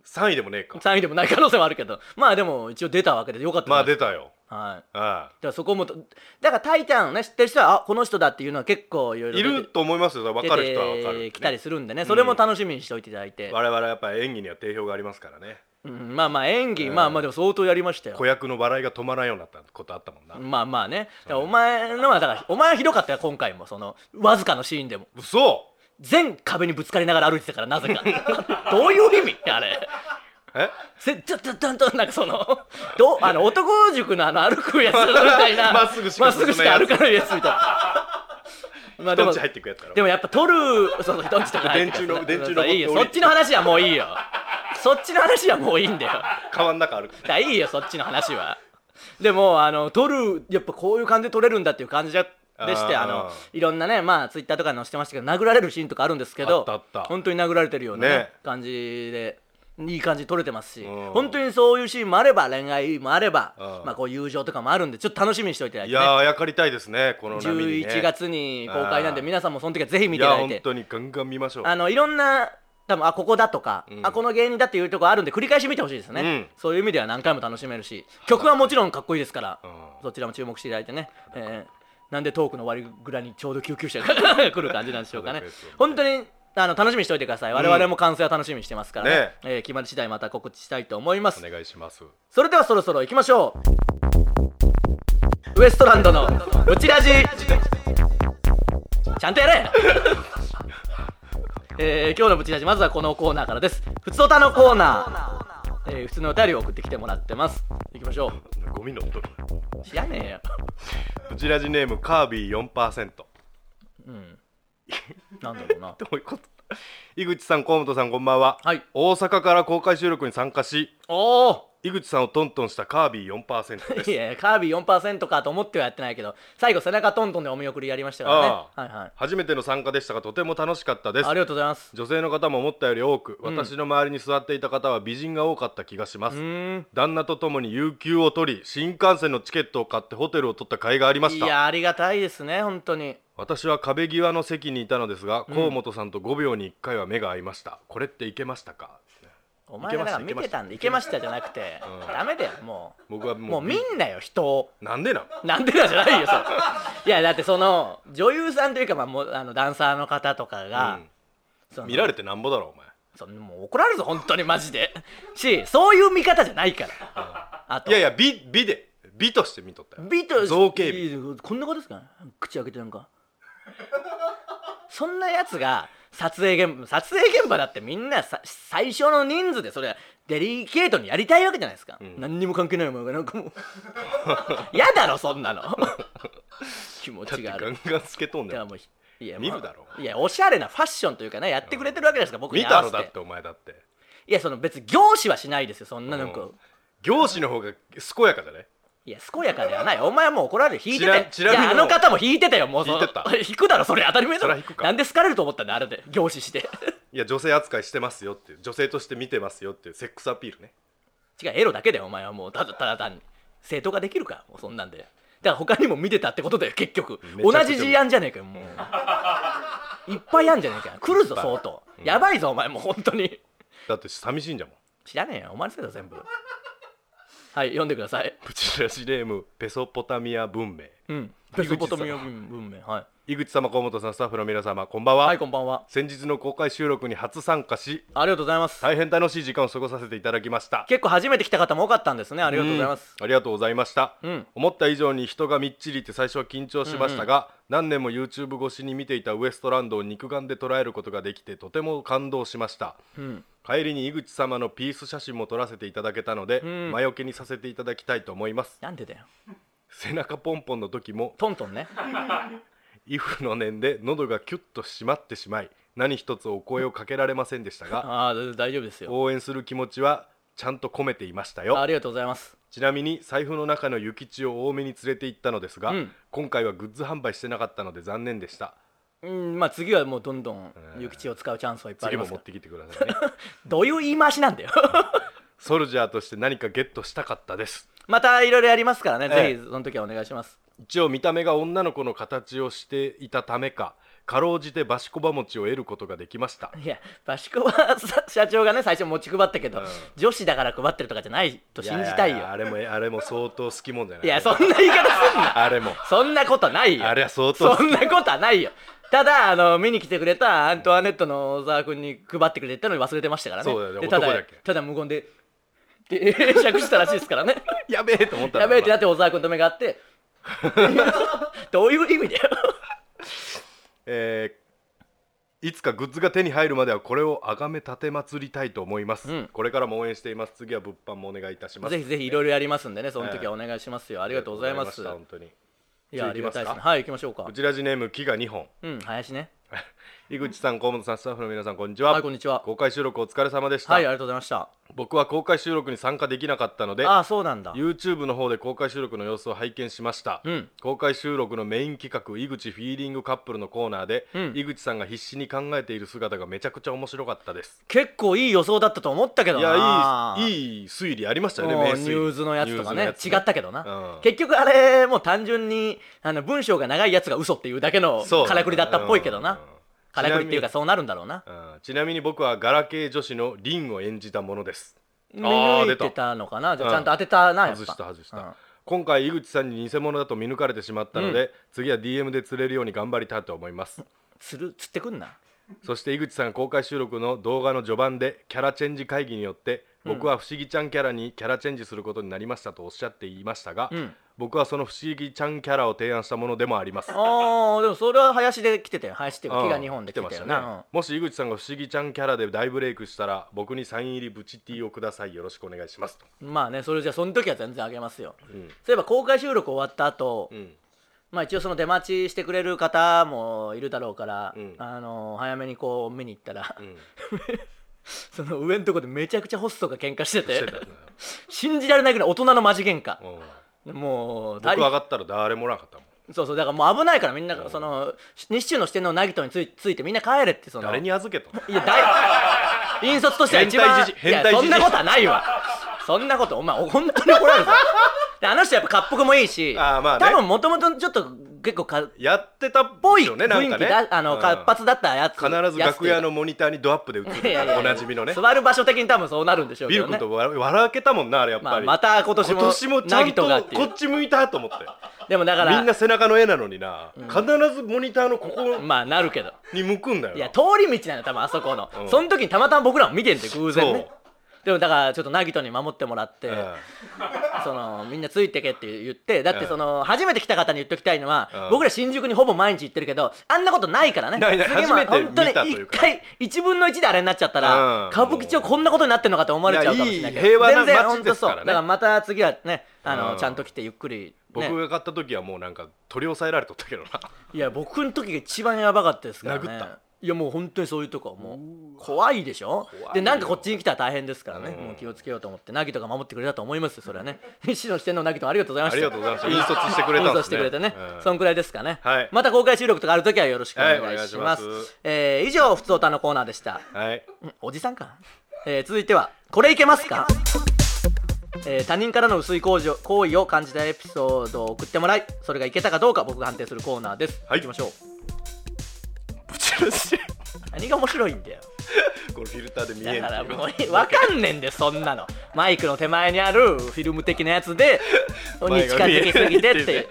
Speaker 3: 3位でもねえか
Speaker 2: 3位でもない可能性もあるけどまあでも一応出たわけでよかった
Speaker 3: まあ
Speaker 2: で
Speaker 3: 出たよ
Speaker 2: はい
Speaker 3: あ
Speaker 2: だからそこもとだから「タイタン」をね知ってる人はあこの人だっていうのは結構いろい
Speaker 3: あ
Speaker 2: ろ
Speaker 3: いると思いますよ分
Speaker 2: 出
Speaker 3: かる人は分か
Speaker 2: て
Speaker 3: る
Speaker 2: きた
Speaker 3: ね
Speaker 2: りするんでねそれも楽しみにしておいていただいて、
Speaker 3: 我々はやっぱ演技には定評がありますからね
Speaker 2: うんまあまあ演技、
Speaker 3: うん
Speaker 2: まあまあでも相当やりました
Speaker 3: 子
Speaker 2: よ
Speaker 3: 役の笑いが止まらんようになったことあったもんな
Speaker 2: まあまあねだからお前のはだからお前はひどかったよ今回もそのわずかのシーンでも
Speaker 3: 嘘
Speaker 2: 全壁にぶつかりながら歩いてたからなぜ かどういう意味あれ
Speaker 3: え
Speaker 2: せちょちょちゃんとなんかそのどうあの男塾のあの歩くやつみたいな
Speaker 3: まっすぐしか
Speaker 2: まっすぐしか歩かないやつみたいなまあで
Speaker 3: ど
Speaker 2: も
Speaker 3: っち入ってくやつだろ
Speaker 2: でもやっぱ撮るその人んちとか入って
Speaker 3: 電柱の電柱
Speaker 2: そう
Speaker 3: の
Speaker 2: そういいよそ
Speaker 3: 折り
Speaker 2: っちの話はもういいよそっちの話はもういいんだよだか
Speaker 3: 川の中歩く
Speaker 2: らいいよそっちの話はでもあの撮るやっぱこういう感じで撮れるんだっていう感じでして
Speaker 3: あー
Speaker 2: あのいろんなねまあツイッターとかに載せてましたけど殴られるシーンとかあるんですけど
Speaker 3: あったあった
Speaker 2: 本当に殴られてるようなね
Speaker 3: ね
Speaker 2: 感じでいい感じに撮れてますし、
Speaker 3: うん
Speaker 2: 本当にそういうシーンもあれば恋愛もあれば、
Speaker 3: うん
Speaker 2: まあ、こう友情とかもあるんでちょっと楽しみにしておいていただい
Speaker 3: い
Speaker 2: て、ね、
Speaker 3: やーあやかりたいですねこの波に、ね、
Speaker 2: 11月に公開なんで
Speaker 3: あー
Speaker 2: 皆さんもその時はぜひ見
Speaker 3: い
Speaker 2: ていた
Speaker 3: や
Speaker 2: だい
Speaker 3: 本
Speaker 2: て
Speaker 3: 当にガンガン見ましょう
Speaker 2: あのいろんな多分あここだとか、
Speaker 3: うん
Speaker 2: あこの芸人だっていうとこあるんで繰り返し見てほしいですね、
Speaker 3: うん
Speaker 2: そういう意味では何回も楽しめるし曲はもちろんかっこいいですから、
Speaker 3: うん
Speaker 2: そちらも注目していただいてね、えーなんでトークの終わりぐらいにちょうど救急車が 来る感じなんでしょうかね
Speaker 3: そうですよね
Speaker 2: 本当にあの楽しみにしておいてください我々も完成は楽しみにしてますからね,、
Speaker 3: ね
Speaker 2: えー決まり次第また告知したいと思います
Speaker 3: お願いします
Speaker 2: それではそろそろ行きましょうウエストランドのブチラジちゃんとやれ えー今日のブチラジまずはこのコーナーからです普通歌のコーナー、えー普通のお便りを送ってきてもらってます行きましょ
Speaker 3: ゴミの音
Speaker 2: う知らねえよ
Speaker 3: ブチラジネームカービー4%ど
Speaker 2: うんなんだろうな
Speaker 3: ういうこと井口さん河本さんこんばんは、
Speaker 2: はい
Speaker 3: 大阪から公開収録に参加し
Speaker 2: おお
Speaker 3: 井口さんをトントンしたカービー4%です
Speaker 2: いやいやカービィ4%かと思ってはやってないけど最後背中トントンでお見送りやりましたからね
Speaker 3: ああ
Speaker 2: はいはい
Speaker 3: 初めての参加でしたがとても楽しかったです
Speaker 2: ありがとうございます
Speaker 3: 女性の方も思ったより多く
Speaker 2: ん
Speaker 3: 私の周りに座っていた方は美人が多かった気がしま
Speaker 2: う
Speaker 3: す、
Speaker 2: ーん
Speaker 3: 旦那と共に有給を取り新幹線のチケットを買ってホテルを取った甲斐がありまし
Speaker 2: い
Speaker 3: た
Speaker 2: やありがたいですね本当に
Speaker 3: 私は壁際の席にいたのですが、河本さんと5秒に1回は目が合いましたこれっていけましたか
Speaker 2: お前がだから見てたんで「いけました」じゃなくて、
Speaker 3: うん
Speaker 2: ダメだよも
Speaker 3: 僕は
Speaker 2: う
Speaker 3: も
Speaker 2: も
Speaker 3: う
Speaker 2: う見んなよ人を
Speaker 3: なんでなの
Speaker 2: なんでだじゃないよ それいやだってその女優さんというか、まあ、もうあのダンサーの方とかが、そ
Speaker 3: うん
Speaker 2: の
Speaker 3: 見られてなんぼだろお前
Speaker 2: そのもう怒られるぞ本当にマジでしそういう見方じゃないから、あと
Speaker 3: いやいや美美で美として見とったよ
Speaker 2: ビートルズ
Speaker 3: 造形美
Speaker 2: いやこんなことですか口開けてなんか そんなやつが撮影現場撮影現場だってみんなさ最小の人数でそれデリケートにやりたいわけじゃないですか、
Speaker 3: ん
Speaker 2: 何にも関係ないお前がなんかもう 嫌だろそんなの気持
Speaker 3: だっ
Speaker 2: ち
Speaker 3: て
Speaker 2: が
Speaker 3: ガ
Speaker 2: ある
Speaker 3: ンガン透けとん
Speaker 2: い
Speaker 3: ね
Speaker 2: や
Speaker 3: ん
Speaker 2: もういや
Speaker 3: 見るだろ
Speaker 2: いやおしゃれなファッションというかねやってくれてるわけじゃないですか、僕に
Speaker 3: 見
Speaker 2: 合
Speaker 3: た
Speaker 2: わ
Speaker 3: ろ
Speaker 2: せて
Speaker 3: だってお前だって
Speaker 2: いやその別に凝視はしないですよそんななんか、
Speaker 3: うん業師の方が健やかだね
Speaker 2: いや、健やかではない。お前はもう怒られる。引いてたよ。
Speaker 3: ちら
Speaker 2: い
Speaker 3: ちなみに
Speaker 2: や、あの方も引いてたよ、もうその。
Speaker 3: 引いてた
Speaker 2: 引くだろ、それ。当たり前だ
Speaker 3: そ
Speaker 2: ろ
Speaker 3: りゃ引く。か
Speaker 2: なんで好かれると思ったんだ、あれで。凝視して。
Speaker 3: いや女性扱いしてますよっていう女性として見てますよっていうセックスアピールね
Speaker 2: 違う、エロだけだよ、お前はもう。ただ、ただ単に。正当化できるか、もうそんなんで。だから他にも見てたってことだよ、結局。
Speaker 3: めち
Speaker 2: 同
Speaker 3: ゃくち
Speaker 2: じ
Speaker 3: ゃ
Speaker 2: 事案じゃねえかよ、も う。いっぱいあんじゃねえかよ。来るぞ、
Speaker 3: いっぱい
Speaker 2: 相当。やばいぞ、お前、もう本当に。
Speaker 3: だって寂しいんじゃもん
Speaker 2: 知らねえよ、お前のせいだ、全部。はい、読んでください。
Speaker 3: プチラシネームペソポタミア文明
Speaker 2: うん。ペ
Speaker 3: 口さ
Speaker 2: ソ
Speaker 3: ん
Speaker 2: ポトミア文明。は。、
Speaker 3: 井口様河本さんスタッフの皆様こんばんはい
Speaker 2: はい、こんばんは。
Speaker 3: 先日の公開収録に初参加し
Speaker 2: ありがとうございます。
Speaker 3: 大変楽しい時間を過ごさせていただきました
Speaker 2: 結構初めて来た方も多かったんですね。ありがとうございます。
Speaker 3: うんありがとうございました、
Speaker 2: うん
Speaker 3: 思った以上に人がみっちりいて最初は緊張しましたが、何年も YouTube 越しに見ていたウエストランドを肉眼で捉えることができてとても感動しました
Speaker 2: うん。
Speaker 3: 帰りに井口様のピース写真も撮らせていただけたので、
Speaker 2: ん
Speaker 3: 魔除けにさせていただきたいと思います
Speaker 2: なんでだよ。
Speaker 3: 背中ポンポンの時も
Speaker 2: トントンね。
Speaker 3: イフの念で喉がキュッと締まってしまい何一つお声をかけられませんでしたが
Speaker 2: ああ、だ大丈夫ですよ。
Speaker 3: 応援する気持ちはちゃんと込めていました
Speaker 2: あ
Speaker 3: よ
Speaker 2: りがとうございます。
Speaker 3: ちなみに財布の中の諭吉を多めに連れて行ったのですが、
Speaker 2: うん
Speaker 3: 今回はグッズ販売してなかったので残念でした
Speaker 2: うん、まあ次はもうどんどん
Speaker 3: えー
Speaker 2: 諭吉を使うチャンスはいっぱいあ
Speaker 3: 次
Speaker 2: りま
Speaker 3: も
Speaker 2: す
Speaker 3: 持
Speaker 2: か
Speaker 3: っ
Speaker 2: ら
Speaker 3: てきてくださいね
Speaker 2: どういう言い回しなんだよ。
Speaker 3: ソルジャーとして何かゲットしたかったです
Speaker 2: またいろいろやりますからね。
Speaker 3: ええ
Speaker 2: ぜひその時はお願いします。
Speaker 3: 一応見た目が女の子の形をしていたためかかろうじてバシコバ餅を得ることができました
Speaker 2: いや、バシコはさ社長がね、最初持ち配ったけど、
Speaker 3: うん
Speaker 2: 女子だから配ってるとかじゃないと信じたいよ。いや
Speaker 3: ややあれもあれも相当好きもんじゃない
Speaker 2: そんな言い方すんな。
Speaker 3: あれも
Speaker 2: そんなことないよ。
Speaker 3: あれは相当
Speaker 2: そんなことはないよ。ただあの見に来てくれたアントワネットの小沢君に配ってくれたのに忘れてましたからね。
Speaker 3: そうだよね
Speaker 2: でただ
Speaker 3: 男だけ
Speaker 2: ただ無言でで会釈したらしいですから ね。
Speaker 3: やべえと思ったんだ
Speaker 2: やべえってなって小沢君と目があって。 どういう意味だよ。
Speaker 3: えーいつかグッズが手に入るまではこれをあがめたてまつりたいと思います、
Speaker 2: うん
Speaker 3: これからも応援しています次は物販もお願いいたします
Speaker 2: ぜひぜひいろいろやりますんでね、その時はお願いしますよ。あ
Speaker 3: あ
Speaker 2: りがとうございます。
Speaker 3: 本当に
Speaker 2: いや、あり
Speaker 3: 次行
Speaker 2: が
Speaker 3: きま
Speaker 2: た
Speaker 3: す
Speaker 2: いで
Speaker 3: か
Speaker 2: すね。はい、行きましょうか
Speaker 3: う。ちらじネーム木が2本
Speaker 2: うん、林ね。
Speaker 3: 井口さん河本さんスタッフの皆さんこんにちは、
Speaker 2: はいこんにちは
Speaker 3: 公開収録お疲れ様でした、
Speaker 2: はい、ありがとうございました。
Speaker 3: 僕は公開収録に参加できなかったので
Speaker 2: ああそうなんだ
Speaker 3: YouTube の方で公開収録の様子を拝見しました、
Speaker 2: うん
Speaker 3: 公開収録のメイン企画井口フィーリングカップルのコーナーで、
Speaker 2: うん
Speaker 3: 井口さんが必死に考えている姿がめちゃくちゃ面白かったです
Speaker 2: 結構いい予想だったと思ったけど
Speaker 3: い
Speaker 2: ない
Speaker 3: やいいいい推理ありましたよね
Speaker 2: もう
Speaker 3: 名
Speaker 2: ニ
Speaker 3: 推
Speaker 2: ュースのやつとかね
Speaker 3: ニュースの
Speaker 2: 違
Speaker 3: や
Speaker 2: ったけどな、
Speaker 3: うん
Speaker 2: 結局あれもう単純にあの文章が長いやつが嘘っていうだけの
Speaker 3: つそう
Speaker 2: からくりだったっぽいけどな、
Speaker 3: うん
Speaker 2: からくりっていうか
Speaker 3: ち
Speaker 2: そうなるんだろうな
Speaker 3: うんちなみに僕はガラケー女子のリンを演じたものです
Speaker 2: 見
Speaker 3: あー
Speaker 2: 抜いて
Speaker 3: 出た
Speaker 2: たのかなじゃあ
Speaker 3: うん
Speaker 2: ちゃんと当てたなやっぱ
Speaker 3: 外した外した、
Speaker 2: うん
Speaker 3: 今回井口さんに偽物だと見抜かれてしまったので、次は DM で釣れるように頑張りたいと思います
Speaker 2: 釣る釣ってくんな
Speaker 3: そして井口さんが公開収録の動画の序盤でキャラチェンジ会議によって僕は不思議ちゃんキャラにキャラチェンジすることになりましたとおっしゃっていましたが、
Speaker 2: うん
Speaker 3: 僕はその不思議ちゃんキャラを提案したものでもあります。
Speaker 2: ああでもそれは林で来てたよ林っていうか木が日本で来
Speaker 3: 来て
Speaker 2: て
Speaker 3: ま
Speaker 2: た
Speaker 3: した
Speaker 2: よ
Speaker 3: ね、
Speaker 2: な
Speaker 3: もし井口さんが不思議ちゃんキャラで大ブレイクしたら僕にサイン入りブチティーをくださいよろしくお願いしますと、
Speaker 2: うんまあねそれじゃあその時は全然あげますよ
Speaker 3: うん
Speaker 2: そういえば公開収録終わった後、
Speaker 3: うん
Speaker 2: まあ一応その出待ちしてくれる方もいるだろうから、
Speaker 3: うん
Speaker 2: あの早めにこう見に行ったら、
Speaker 3: うん、
Speaker 2: その上のとこでめちゃくちゃホストが喧嘩してて
Speaker 3: してたんだよ
Speaker 2: 信じられないぐらい大人のマジ喧嘩
Speaker 3: うん
Speaker 2: もう
Speaker 3: 僕
Speaker 2: 大
Speaker 3: 上がったら誰もおらなかったもん
Speaker 2: そうそうだからもう危ないからみんな
Speaker 3: うん
Speaker 2: その日中の視点のナギトについついてみんな帰れってその
Speaker 3: 誰に預けたの
Speaker 2: いや大引率としては一番
Speaker 3: 変態じじ変態
Speaker 2: いや
Speaker 3: じ
Speaker 2: そ
Speaker 3: じ
Speaker 2: ん
Speaker 3: い
Speaker 2: なことはないわそんなことお前本当に怒られるぞであの人やっぱ恰幅もいいし
Speaker 3: あーまあね
Speaker 2: 多分もともとちょっと結構かっ
Speaker 3: やってたっ
Speaker 2: ぽい
Speaker 3: よ
Speaker 2: 雰
Speaker 3: ねなん
Speaker 2: 囲
Speaker 3: か
Speaker 2: 気
Speaker 3: ね
Speaker 2: だ、あの
Speaker 3: うん
Speaker 2: 活発だったやつ
Speaker 3: 必ず楽屋のモニターにドアップで映
Speaker 2: やつっていうか
Speaker 3: るおなじみのね
Speaker 2: 座る場所的に多分そうなるんでしょう
Speaker 3: ビ
Speaker 2: け
Speaker 3: ル
Speaker 2: ど
Speaker 3: 君
Speaker 2: ね
Speaker 3: と笑笑わけたもんなあれやっ
Speaker 2: ま
Speaker 3: ぱ
Speaker 2: あ、
Speaker 3: り、
Speaker 2: また今年も
Speaker 3: 今年もちゃ
Speaker 2: ナ
Speaker 3: ん
Speaker 2: ギトがっ
Speaker 3: と
Speaker 2: てい
Speaker 3: こ
Speaker 2: う
Speaker 3: っち向いたと思って
Speaker 2: でもだから
Speaker 3: みんな背中の絵なのにな、必ずモニターのここ
Speaker 2: まあなるけど
Speaker 3: に向くんだよ
Speaker 2: い
Speaker 3: な
Speaker 2: や通り道なの多分あそこの、
Speaker 3: うん
Speaker 2: その時にたまたま僕らも見てんで偶然ね
Speaker 3: そ
Speaker 2: でもだからちょっとナギトに守ってもらって、
Speaker 3: うん
Speaker 2: そのみんなついてけって言ってだっ
Speaker 3: う
Speaker 2: て
Speaker 3: ん
Speaker 2: その、初めて来た方に言っときたいのは、
Speaker 3: うん
Speaker 2: 僕ら新宿にほぼ毎日行ってるけどあんなことないからね
Speaker 3: ないない
Speaker 2: 次も
Speaker 3: 初めて見た
Speaker 2: 本当
Speaker 3: と
Speaker 2: に
Speaker 3: い
Speaker 2: 一
Speaker 3: うか
Speaker 2: 回1分の1であれになっちゃったら、
Speaker 3: うん
Speaker 2: 歌舞伎町こんなことになってんのかと思われちゃうかもしれないけど
Speaker 3: いやいい平
Speaker 2: 全
Speaker 3: 和な
Speaker 2: 然
Speaker 3: 街
Speaker 2: 本当そう
Speaker 3: ですからね
Speaker 2: だからまた次はねあの、
Speaker 3: うん
Speaker 2: ちゃんと来てゆっくり、ね、
Speaker 3: 僕が買った時はもうなんか取り押さえられとったけどな い
Speaker 2: や僕の時が一番やばかったですからね
Speaker 3: 殴った
Speaker 2: いやもう本当にそういうとこもう怖いでしょ
Speaker 3: 怖いよ
Speaker 2: でなんかこっちに来たら大変ですからね、
Speaker 3: うん
Speaker 2: もう気をつけようと思って凪とか守ってくれたと思いますよそれはね 西野してんの凪とかありがとうございま
Speaker 3: あ
Speaker 2: した
Speaker 3: りがとうございました引率してく
Speaker 2: ご
Speaker 3: れたんですね
Speaker 2: してくれてね、
Speaker 3: うん
Speaker 2: そんくらいですかね、
Speaker 3: はい
Speaker 2: また公開収録とかある時はよろしくお願
Speaker 3: はいお願
Speaker 2: い
Speaker 3: い
Speaker 2: し
Speaker 3: し
Speaker 2: ま,、
Speaker 3: ますす
Speaker 2: えー以上「ふつおた」のコーナーでした
Speaker 3: はい
Speaker 2: うんおじさんか、えー続いては「これいけますか?」えー他人からの薄い行為を行為を感じたエピソードを送ってもらいそれがいけたかどうか僕が判定するコーナーです、
Speaker 3: はい
Speaker 2: 行きましょう
Speaker 3: ぶち出し
Speaker 2: 何が面白いんだよ
Speaker 3: このフィルターで見え
Speaker 2: だ
Speaker 3: ん
Speaker 2: から
Speaker 3: っていう
Speaker 2: もう分かんねんでそんなのマイクの手前にあるフィルム的なやつ でに近づきすぎてっ
Speaker 3: 前が見えないっていうね
Speaker 2: て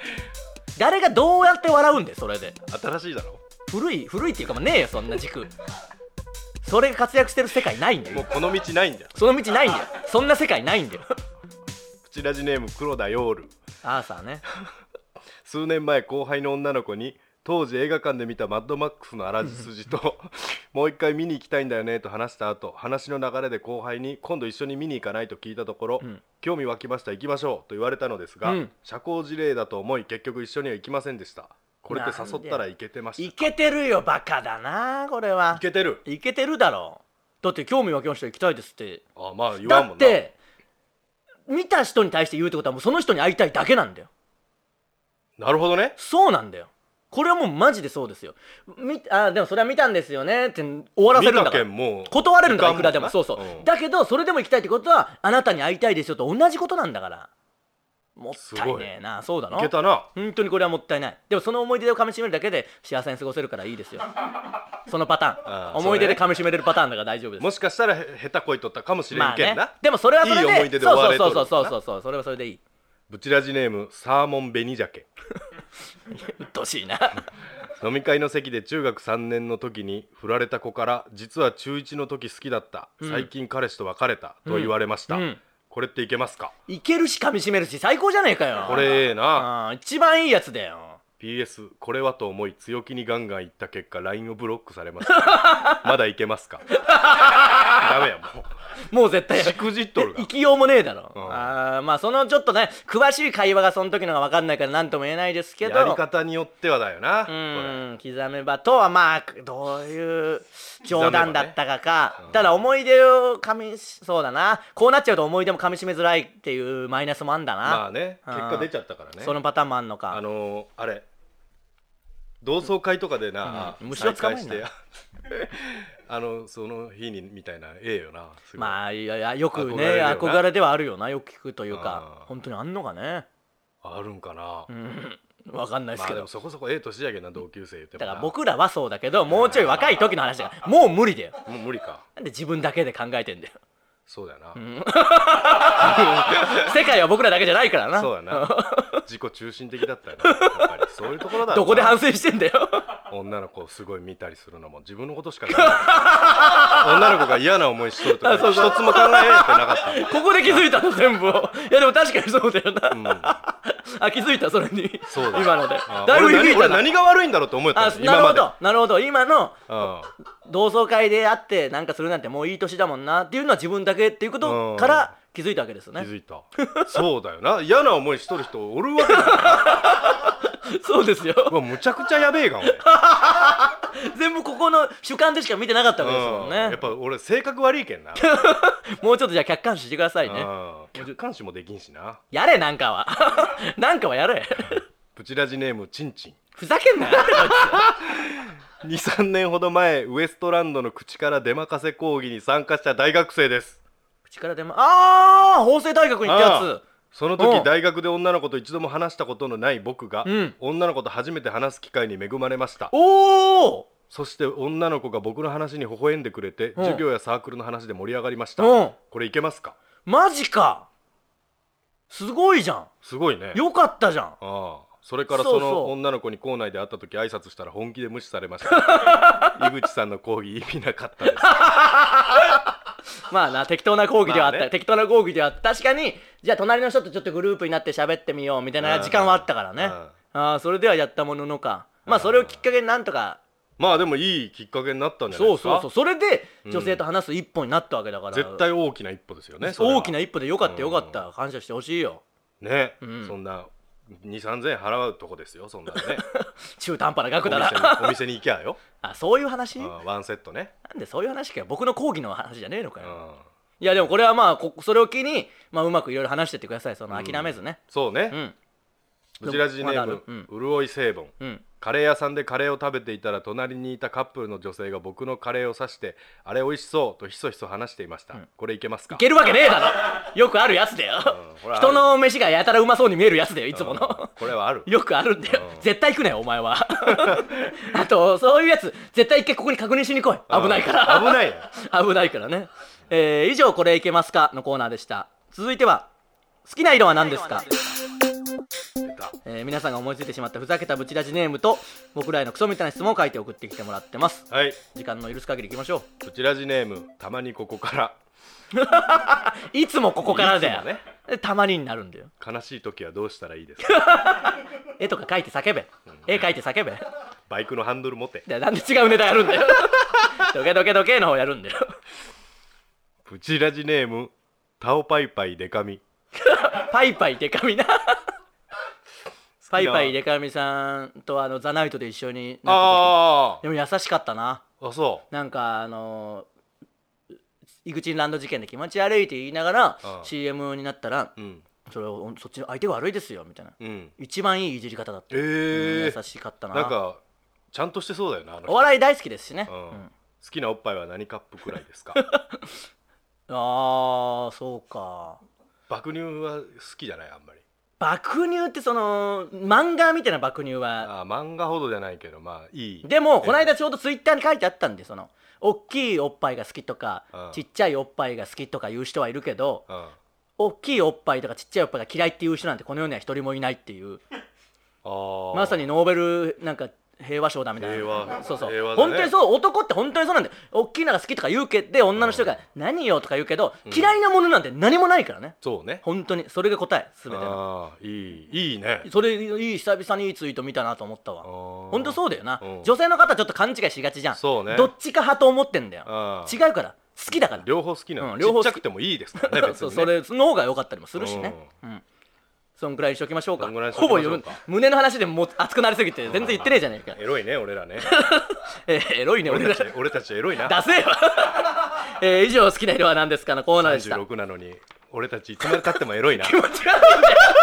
Speaker 2: 誰がどうやって笑うんでそれで
Speaker 3: 新しいだろ
Speaker 2: 古い古いっていうかもうねえよそんな軸それが活躍してる世界ないんだ
Speaker 3: もう
Speaker 2: よ
Speaker 3: この道ないんだよ
Speaker 2: その道ないんだよそんな世界ないんだよ
Speaker 3: プチラジネーム黒田ヨール
Speaker 2: アーサーね
Speaker 3: 数年前後輩の女の子に当時映画館で見たマッドマックスのあらじ筋と もう一回見に行きたいんだよねと話した後話の流れで後輩に今度一緒に見に行かないと聞いたところ、
Speaker 2: うん
Speaker 3: 興味湧きました行きましょうと言われたのですが、
Speaker 2: うん
Speaker 3: 社交辞令だと思い結局一緒には行きませんでしたこれって誘ったらいけてまし
Speaker 2: い
Speaker 3: た
Speaker 2: けてるよバカだなこれはい
Speaker 3: けてる
Speaker 2: いけてるだろだって興味湧きました行きたいですって
Speaker 3: あまあ言わ
Speaker 2: だ
Speaker 3: んも
Speaker 2: っ
Speaker 3: んな
Speaker 2: て見た人に対して言うってことはもうその人に会いたいだけなんだよ
Speaker 3: なるほどね
Speaker 2: そうなんだよこれはもうマジでそうですよみあでもそれは見たんですよねって終わらせるんだ
Speaker 3: 見た
Speaker 2: から
Speaker 3: 件もう
Speaker 2: 断れるんだからい
Speaker 3: 行
Speaker 2: くら
Speaker 3: かんもんな
Speaker 2: でもそうそう、
Speaker 3: ん
Speaker 2: だけどそれでも行きたいってことはあなたに会いたいですよと同じことなんだからもったいねえなそうだ
Speaker 3: いけ
Speaker 2: な
Speaker 3: たな
Speaker 2: 本当にこれはもったいないでもその思い出をかみしめるだけで幸せに過ごせるからいい ですよそのパター
Speaker 3: あ
Speaker 2: ン
Speaker 3: あ
Speaker 2: 思い出
Speaker 3: そうね
Speaker 2: でかみしめれるパターンだから大丈夫です
Speaker 3: もしかしたらへ下手こいとったかもしれんけんな、
Speaker 2: でもそれはそれで
Speaker 3: いい思い出で終われと
Speaker 2: そう
Speaker 3: る
Speaker 2: そうそうそうそうそうそれはそれでいい
Speaker 3: ブチラジネームサーモン紅鮭
Speaker 2: うっとうしいな
Speaker 3: 飲み会の席で中学3年の時に振られた子から実は中1の時好きだった、
Speaker 2: ん
Speaker 3: 最近彼氏と別れたと言われました、
Speaker 2: うんうん
Speaker 3: これっていけますか
Speaker 2: いけるしかみしめるし最高じゃねえかよ
Speaker 3: これええな
Speaker 2: ああ一番いいやつだよ
Speaker 3: PS これはと思い強気にガンガン言 った結果 LINE をブロックされましたまだいけますかダメやもう
Speaker 2: もう絶対や
Speaker 3: し
Speaker 2: る
Speaker 3: くじっとる
Speaker 2: 生
Speaker 3: が
Speaker 2: きようもねえだろ、
Speaker 3: うん
Speaker 2: あーまあそのちょっとね詳しい会話がその時のが分かんないから何とも言えないですけど
Speaker 3: やり方によってはだよな
Speaker 2: う
Speaker 3: これ
Speaker 2: ん刻めばとはまあどういう冗談だったかか、
Speaker 3: うん
Speaker 2: ただ思い出をかみしそうだなこうなっちゃうと思い出もかみしめづらいっていうマイナスもあんだな、
Speaker 3: まあね
Speaker 2: うん
Speaker 3: 結果出ちゃったからね
Speaker 2: そのパターンもあんのか
Speaker 3: あのーあれ同窓会とかでな、
Speaker 2: うん虫を捕まえんな
Speaker 3: 再会して あのその日にみたいなええよなすごい
Speaker 2: まあいやいやよくね
Speaker 3: 憧
Speaker 2: 憧
Speaker 3: れ
Speaker 2: れ
Speaker 3: るよな
Speaker 2: ではあるよなよく聞くという
Speaker 3: う
Speaker 2: か
Speaker 3: ん
Speaker 2: 本当にあんのかね
Speaker 3: あるんかな、
Speaker 2: うん分かんないです
Speaker 3: まあ
Speaker 2: け
Speaker 3: で
Speaker 2: ど、
Speaker 3: もそこそこええ年やけんな同級生言っても
Speaker 2: だ
Speaker 3: な
Speaker 2: から僕らはそうだけどもうちょい若い時の話だからもう無理だよ
Speaker 3: もう無理か
Speaker 2: なんで自分だけで考えて んだよ
Speaker 3: そうだよな、
Speaker 2: 世界は僕らだけじゃないからな
Speaker 3: そ うだな自己中心的だったよなやっぱりそういうところだろ
Speaker 2: ど
Speaker 3: うな
Speaker 2: こで反省してんだよ
Speaker 3: 女の子をすごい見たりするのも自分のことしか考えない女の子が嫌な思いし とるとか一つも考えられてなかったもん
Speaker 2: ここで気づい たの全部をいやでも確かにそうだよな、
Speaker 3: ん
Speaker 2: あ気づいたそれに
Speaker 3: そうだ
Speaker 2: 今ので
Speaker 3: あ
Speaker 2: だいぶ
Speaker 3: 俺
Speaker 2: 響い
Speaker 3: 何
Speaker 2: た
Speaker 3: 俺
Speaker 2: な
Speaker 3: 何が悪いんだろうと思った
Speaker 2: あ
Speaker 3: の
Speaker 2: なる
Speaker 3: 今
Speaker 2: ほ
Speaker 3: まで
Speaker 2: どなるほど今の
Speaker 3: うん
Speaker 2: 同窓会で会ってなんかするなんてもういい年だもんなっていうのは自分だけっていうことから気づいたわけですよ
Speaker 3: 気
Speaker 2: ね
Speaker 3: づいたそうだよな嫌な思いしとる人おるわけだよ
Speaker 2: そうですよ
Speaker 3: うわむちゃくちゃやべえが俺
Speaker 2: 全部ここの主観でしか見てなかったわけですもん
Speaker 3: うん
Speaker 2: ね
Speaker 3: やっぱ俺性格悪いけんな
Speaker 2: もうちょっとじゃあ客観視してくださいね
Speaker 3: うん客観視もできんしな
Speaker 2: やれなんかは なんかはやれ
Speaker 3: プチラジネームチンチン
Speaker 2: ふざけん なよ
Speaker 3: 23年ほど前ウエストランドの口から出まかせ講義に参加した大学生です
Speaker 2: 口から出まああ法政大学に行ったや
Speaker 3: あ
Speaker 2: つ
Speaker 3: あその
Speaker 2: うん
Speaker 3: 時大学で女の子と一度も話したことのない僕が、
Speaker 2: うん
Speaker 3: 女の子と初めて話す機会に恵まれました
Speaker 2: おお
Speaker 3: そして女の子が僕の話に微笑んでくれて、
Speaker 2: うん
Speaker 3: 授業やサークルの話で盛り上がりました、
Speaker 2: うん
Speaker 3: これいけますか
Speaker 2: マジかすごいじゃん
Speaker 3: すごいね
Speaker 2: よかったじゃん
Speaker 3: ああそれから
Speaker 2: そうそ
Speaker 3: そうの女の子に校内で会った時挨拶したら本気で無視されました 井口さんの講義意味なかったです
Speaker 2: まあな適当な講義ではあった、
Speaker 3: まあね
Speaker 2: 適当な講義ではあった確かにじゃあ隣の人とちょっとグループになって喋ってみようみたいな時間はあったからね、
Speaker 3: うん
Speaker 2: ああそれではやったもののかまあそれをきっかけになんとか
Speaker 3: まあでもいいきっかけになったんじゃない
Speaker 2: そ
Speaker 3: で
Speaker 2: う
Speaker 3: す
Speaker 2: そ
Speaker 3: か
Speaker 2: うそうそれで女性と話す一歩になったわけだから、
Speaker 3: 絶対大きな一歩ですよねそれは
Speaker 2: 大きな一歩でよかったよかった、感謝してほしいよ
Speaker 3: ね、
Speaker 2: ん
Speaker 3: そんな2 3 0 0円払うとこです よそんなのね
Speaker 2: 中途半端な
Speaker 3: お
Speaker 2: 額だ
Speaker 3: 店
Speaker 2: な
Speaker 3: にお店に行きゃよ、
Speaker 2: あそういう話
Speaker 3: うん
Speaker 2: な
Speaker 3: ワンセットね、
Speaker 2: んでそういう話かよ僕の講義の話じゃねえのか
Speaker 3: う
Speaker 2: よ、
Speaker 3: ん、
Speaker 2: いやでもこれはまあこそれを機に、まあ、うまくいろいろ話してってくださいその諦めずね
Speaker 3: そう
Speaker 2: う
Speaker 3: ね、
Speaker 2: ん
Speaker 3: ブチラジネー
Speaker 2: まだあ
Speaker 3: ム
Speaker 2: る、うん
Speaker 3: 潤い成分
Speaker 2: うん、
Speaker 3: カレー屋さんでカレーを食べていたら隣にいたカップルの女性が僕のカレーを指してあれ美味しそうとひそひそ話していました、これいけますか
Speaker 2: いけるわけねえだろよくあるやつだよ、
Speaker 3: うんほら
Speaker 2: 人の飯がやたらうまそうに見えるやつだよいつも
Speaker 3: う
Speaker 2: の
Speaker 3: ん、これはある
Speaker 2: よくあるんだよ、
Speaker 3: うん
Speaker 2: 絶対行くなよお前は あとそういうやつ絶対一回ここに確認しに来い危ないから
Speaker 3: うん危ないよ
Speaker 2: 危ないからね、えー以上「これいけますか?」のコーナーでした続いては「好きな色は何ですか?」えー皆さんが思いついてしまったふざけたブチラジネームと僕らへのクソみたいな質問を書いて送ってきてもらってます
Speaker 3: はい
Speaker 2: 時間の許す限りいきましょ
Speaker 3: ブチラジネームたまにここから
Speaker 2: ういつもここからだよ、
Speaker 3: いつもね
Speaker 2: でたまにになるんだよ
Speaker 3: 悲しい時はどうしたらいいです か
Speaker 2: 絵とか書いて叫べ絵描いて叫べ
Speaker 3: バイクのハンドル持て
Speaker 2: でなんで違うネタやるんだよ どけどけどけの方やるんだよ
Speaker 3: ブチラジネームタオパイパイデカミ
Speaker 2: パイパイデカミなパイパイデカミさんとあのザナイトで一緒になった時
Speaker 3: あ
Speaker 2: でも優しかったな
Speaker 3: ああそ
Speaker 2: なんかあのー、イグチンランド事件で気持ち悪いって言いながら
Speaker 3: ああ
Speaker 2: CM になったら
Speaker 3: ううん
Speaker 2: それをそっちの相手が悪いですよみたいな
Speaker 3: うん
Speaker 2: 一番いいいじり方だった、
Speaker 3: ええ
Speaker 2: 優しかったな
Speaker 3: なんかちゃんとしてそうだよなあの人
Speaker 2: お笑い大好きですしね、
Speaker 3: う
Speaker 2: うんん
Speaker 3: 好きなおっぱいは何カップくら いですか
Speaker 2: あーそうか
Speaker 3: 爆乳は好きじゃないあんまり
Speaker 2: 爆乳ってその漫画みたいな爆乳は
Speaker 3: あー漫画ほどじゃないけどまあいい
Speaker 2: でもこの
Speaker 3: え
Speaker 2: 間ちょうどツイッターに書いてあったんでその大きいおっぱいが好きとか
Speaker 3: ああ
Speaker 2: ちっちゃいおっぱいが好きとかいう人はいるけど
Speaker 3: えうん
Speaker 2: 大きいおっぱいとかちっちゃいおっぱいが嫌いっていう人なんてこの世には一人もいないっていう
Speaker 3: あー
Speaker 2: まさにノーベルなんか平和賞だみたいな
Speaker 3: 平和
Speaker 2: そうそう、
Speaker 3: 平和だね
Speaker 2: 本当にそう男って本当にそうなんで大きいのが好きとか言うけどで女の人が「何よ」とか言うけど、嫌いなものなんて何もないからね
Speaker 3: そうね
Speaker 2: 本当にそれが答え全ての
Speaker 3: ああいいいいね
Speaker 2: それいい久々にいいツイート見たなと思ったわ本
Speaker 3: 本
Speaker 2: 当そうだよな
Speaker 3: うん
Speaker 2: 女性の方はちょっと勘違いしがちじゃん
Speaker 3: そうね
Speaker 2: どっちか派と思ってんだよ
Speaker 3: あ
Speaker 2: 違うから好きだから
Speaker 3: 両方好きなの、
Speaker 2: うん両方好き
Speaker 3: ちっちゃくてもいいですからね別にね
Speaker 2: そうそれの方が良かったりもするしね、うん、そんぐらいにしときましょうか
Speaker 3: そんぐらいにし
Speaker 2: ほ
Speaker 3: とき
Speaker 2: ぼ
Speaker 3: ましょ
Speaker 2: よ
Speaker 3: うか
Speaker 2: 胸の話でもう熱くなりすぎて全然言ってねえじゃねえか
Speaker 3: エロいね俺らね
Speaker 2: えーエロい ね俺
Speaker 3: 俺
Speaker 2: ら
Speaker 3: たち俺たちエロいな
Speaker 2: ダセえわ えー以上好きな色は何ですかのコーナーでした
Speaker 3: 36なのに俺たちいつまでたってもエ ロいな
Speaker 2: 気持ち悪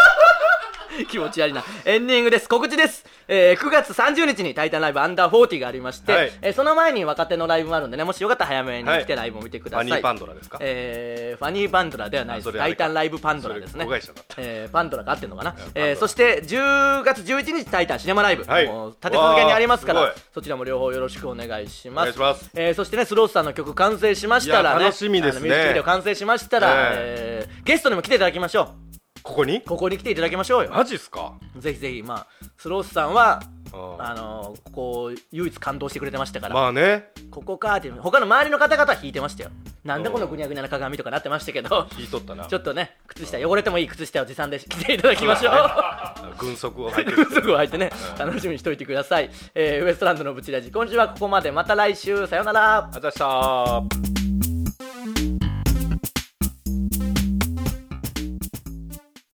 Speaker 2: いね気持ち悪いなエンディングです告知です、えー9月30日に「タイタンライブアンダー40がありまして、
Speaker 3: はい
Speaker 2: えーその前に若手のライブもあるんでねもしよかったら早めに来
Speaker 3: は
Speaker 2: て
Speaker 3: い
Speaker 2: ライブを見てくだ
Speaker 3: ファ
Speaker 2: さい、
Speaker 3: ニーパンドラですか、
Speaker 2: えーファニーパンドラではないで
Speaker 3: あそ
Speaker 2: す。
Speaker 3: れあ
Speaker 2: タ
Speaker 3: れ
Speaker 2: イ
Speaker 3: か
Speaker 2: タンライブパンドラですね
Speaker 3: それ子会社だっ。た
Speaker 2: えーパンドラが合ってるのかな
Speaker 3: や。
Speaker 2: えー
Speaker 3: パンドラ
Speaker 2: そして10月11日タイタンシネマライブ、
Speaker 3: はい
Speaker 2: もう立て続けにありますか
Speaker 3: わ
Speaker 2: ら
Speaker 3: あすごい、
Speaker 2: そちらも両方よろしくお願いします。
Speaker 3: お願いします
Speaker 2: えーそしてねスロースさんの曲完成しましたら
Speaker 3: い
Speaker 2: ね、
Speaker 3: や楽しみで
Speaker 2: あ
Speaker 3: すね
Speaker 2: のミュージックビデオ完成しましたら、
Speaker 3: ね
Speaker 2: えーゲストにも来ていただきましょ
Speaker 3: ここに
Speaker 2: う。ここに来ていただきましょうよ。
Speaker 3: マジっすか
Speaker 2: ぜひぜひまあスロースさんは。
Speaker 3: うん
Speaker 2: あのーここ唯一感動してくれてましたから、
Speaker 3: まあね
Speaker 2: ここかーっていう他の周りの方々は弾いてましたよなんだこのぐにゃぐにゃな鏡とかなってましたけど
Speaker 3: 聞いとったな
Speaker 2: ちょっとね、靴下、汚れてもいい靴下を持参で着ていただきましょう。
Speaker 3: 軍足を履いてる
Speaker 2: すぐ入ってね、楽しみにしておいてください。えーウエストランドのブチラジ、今週はここまで。また来週、さようなら。
Speaker 3: あざしたー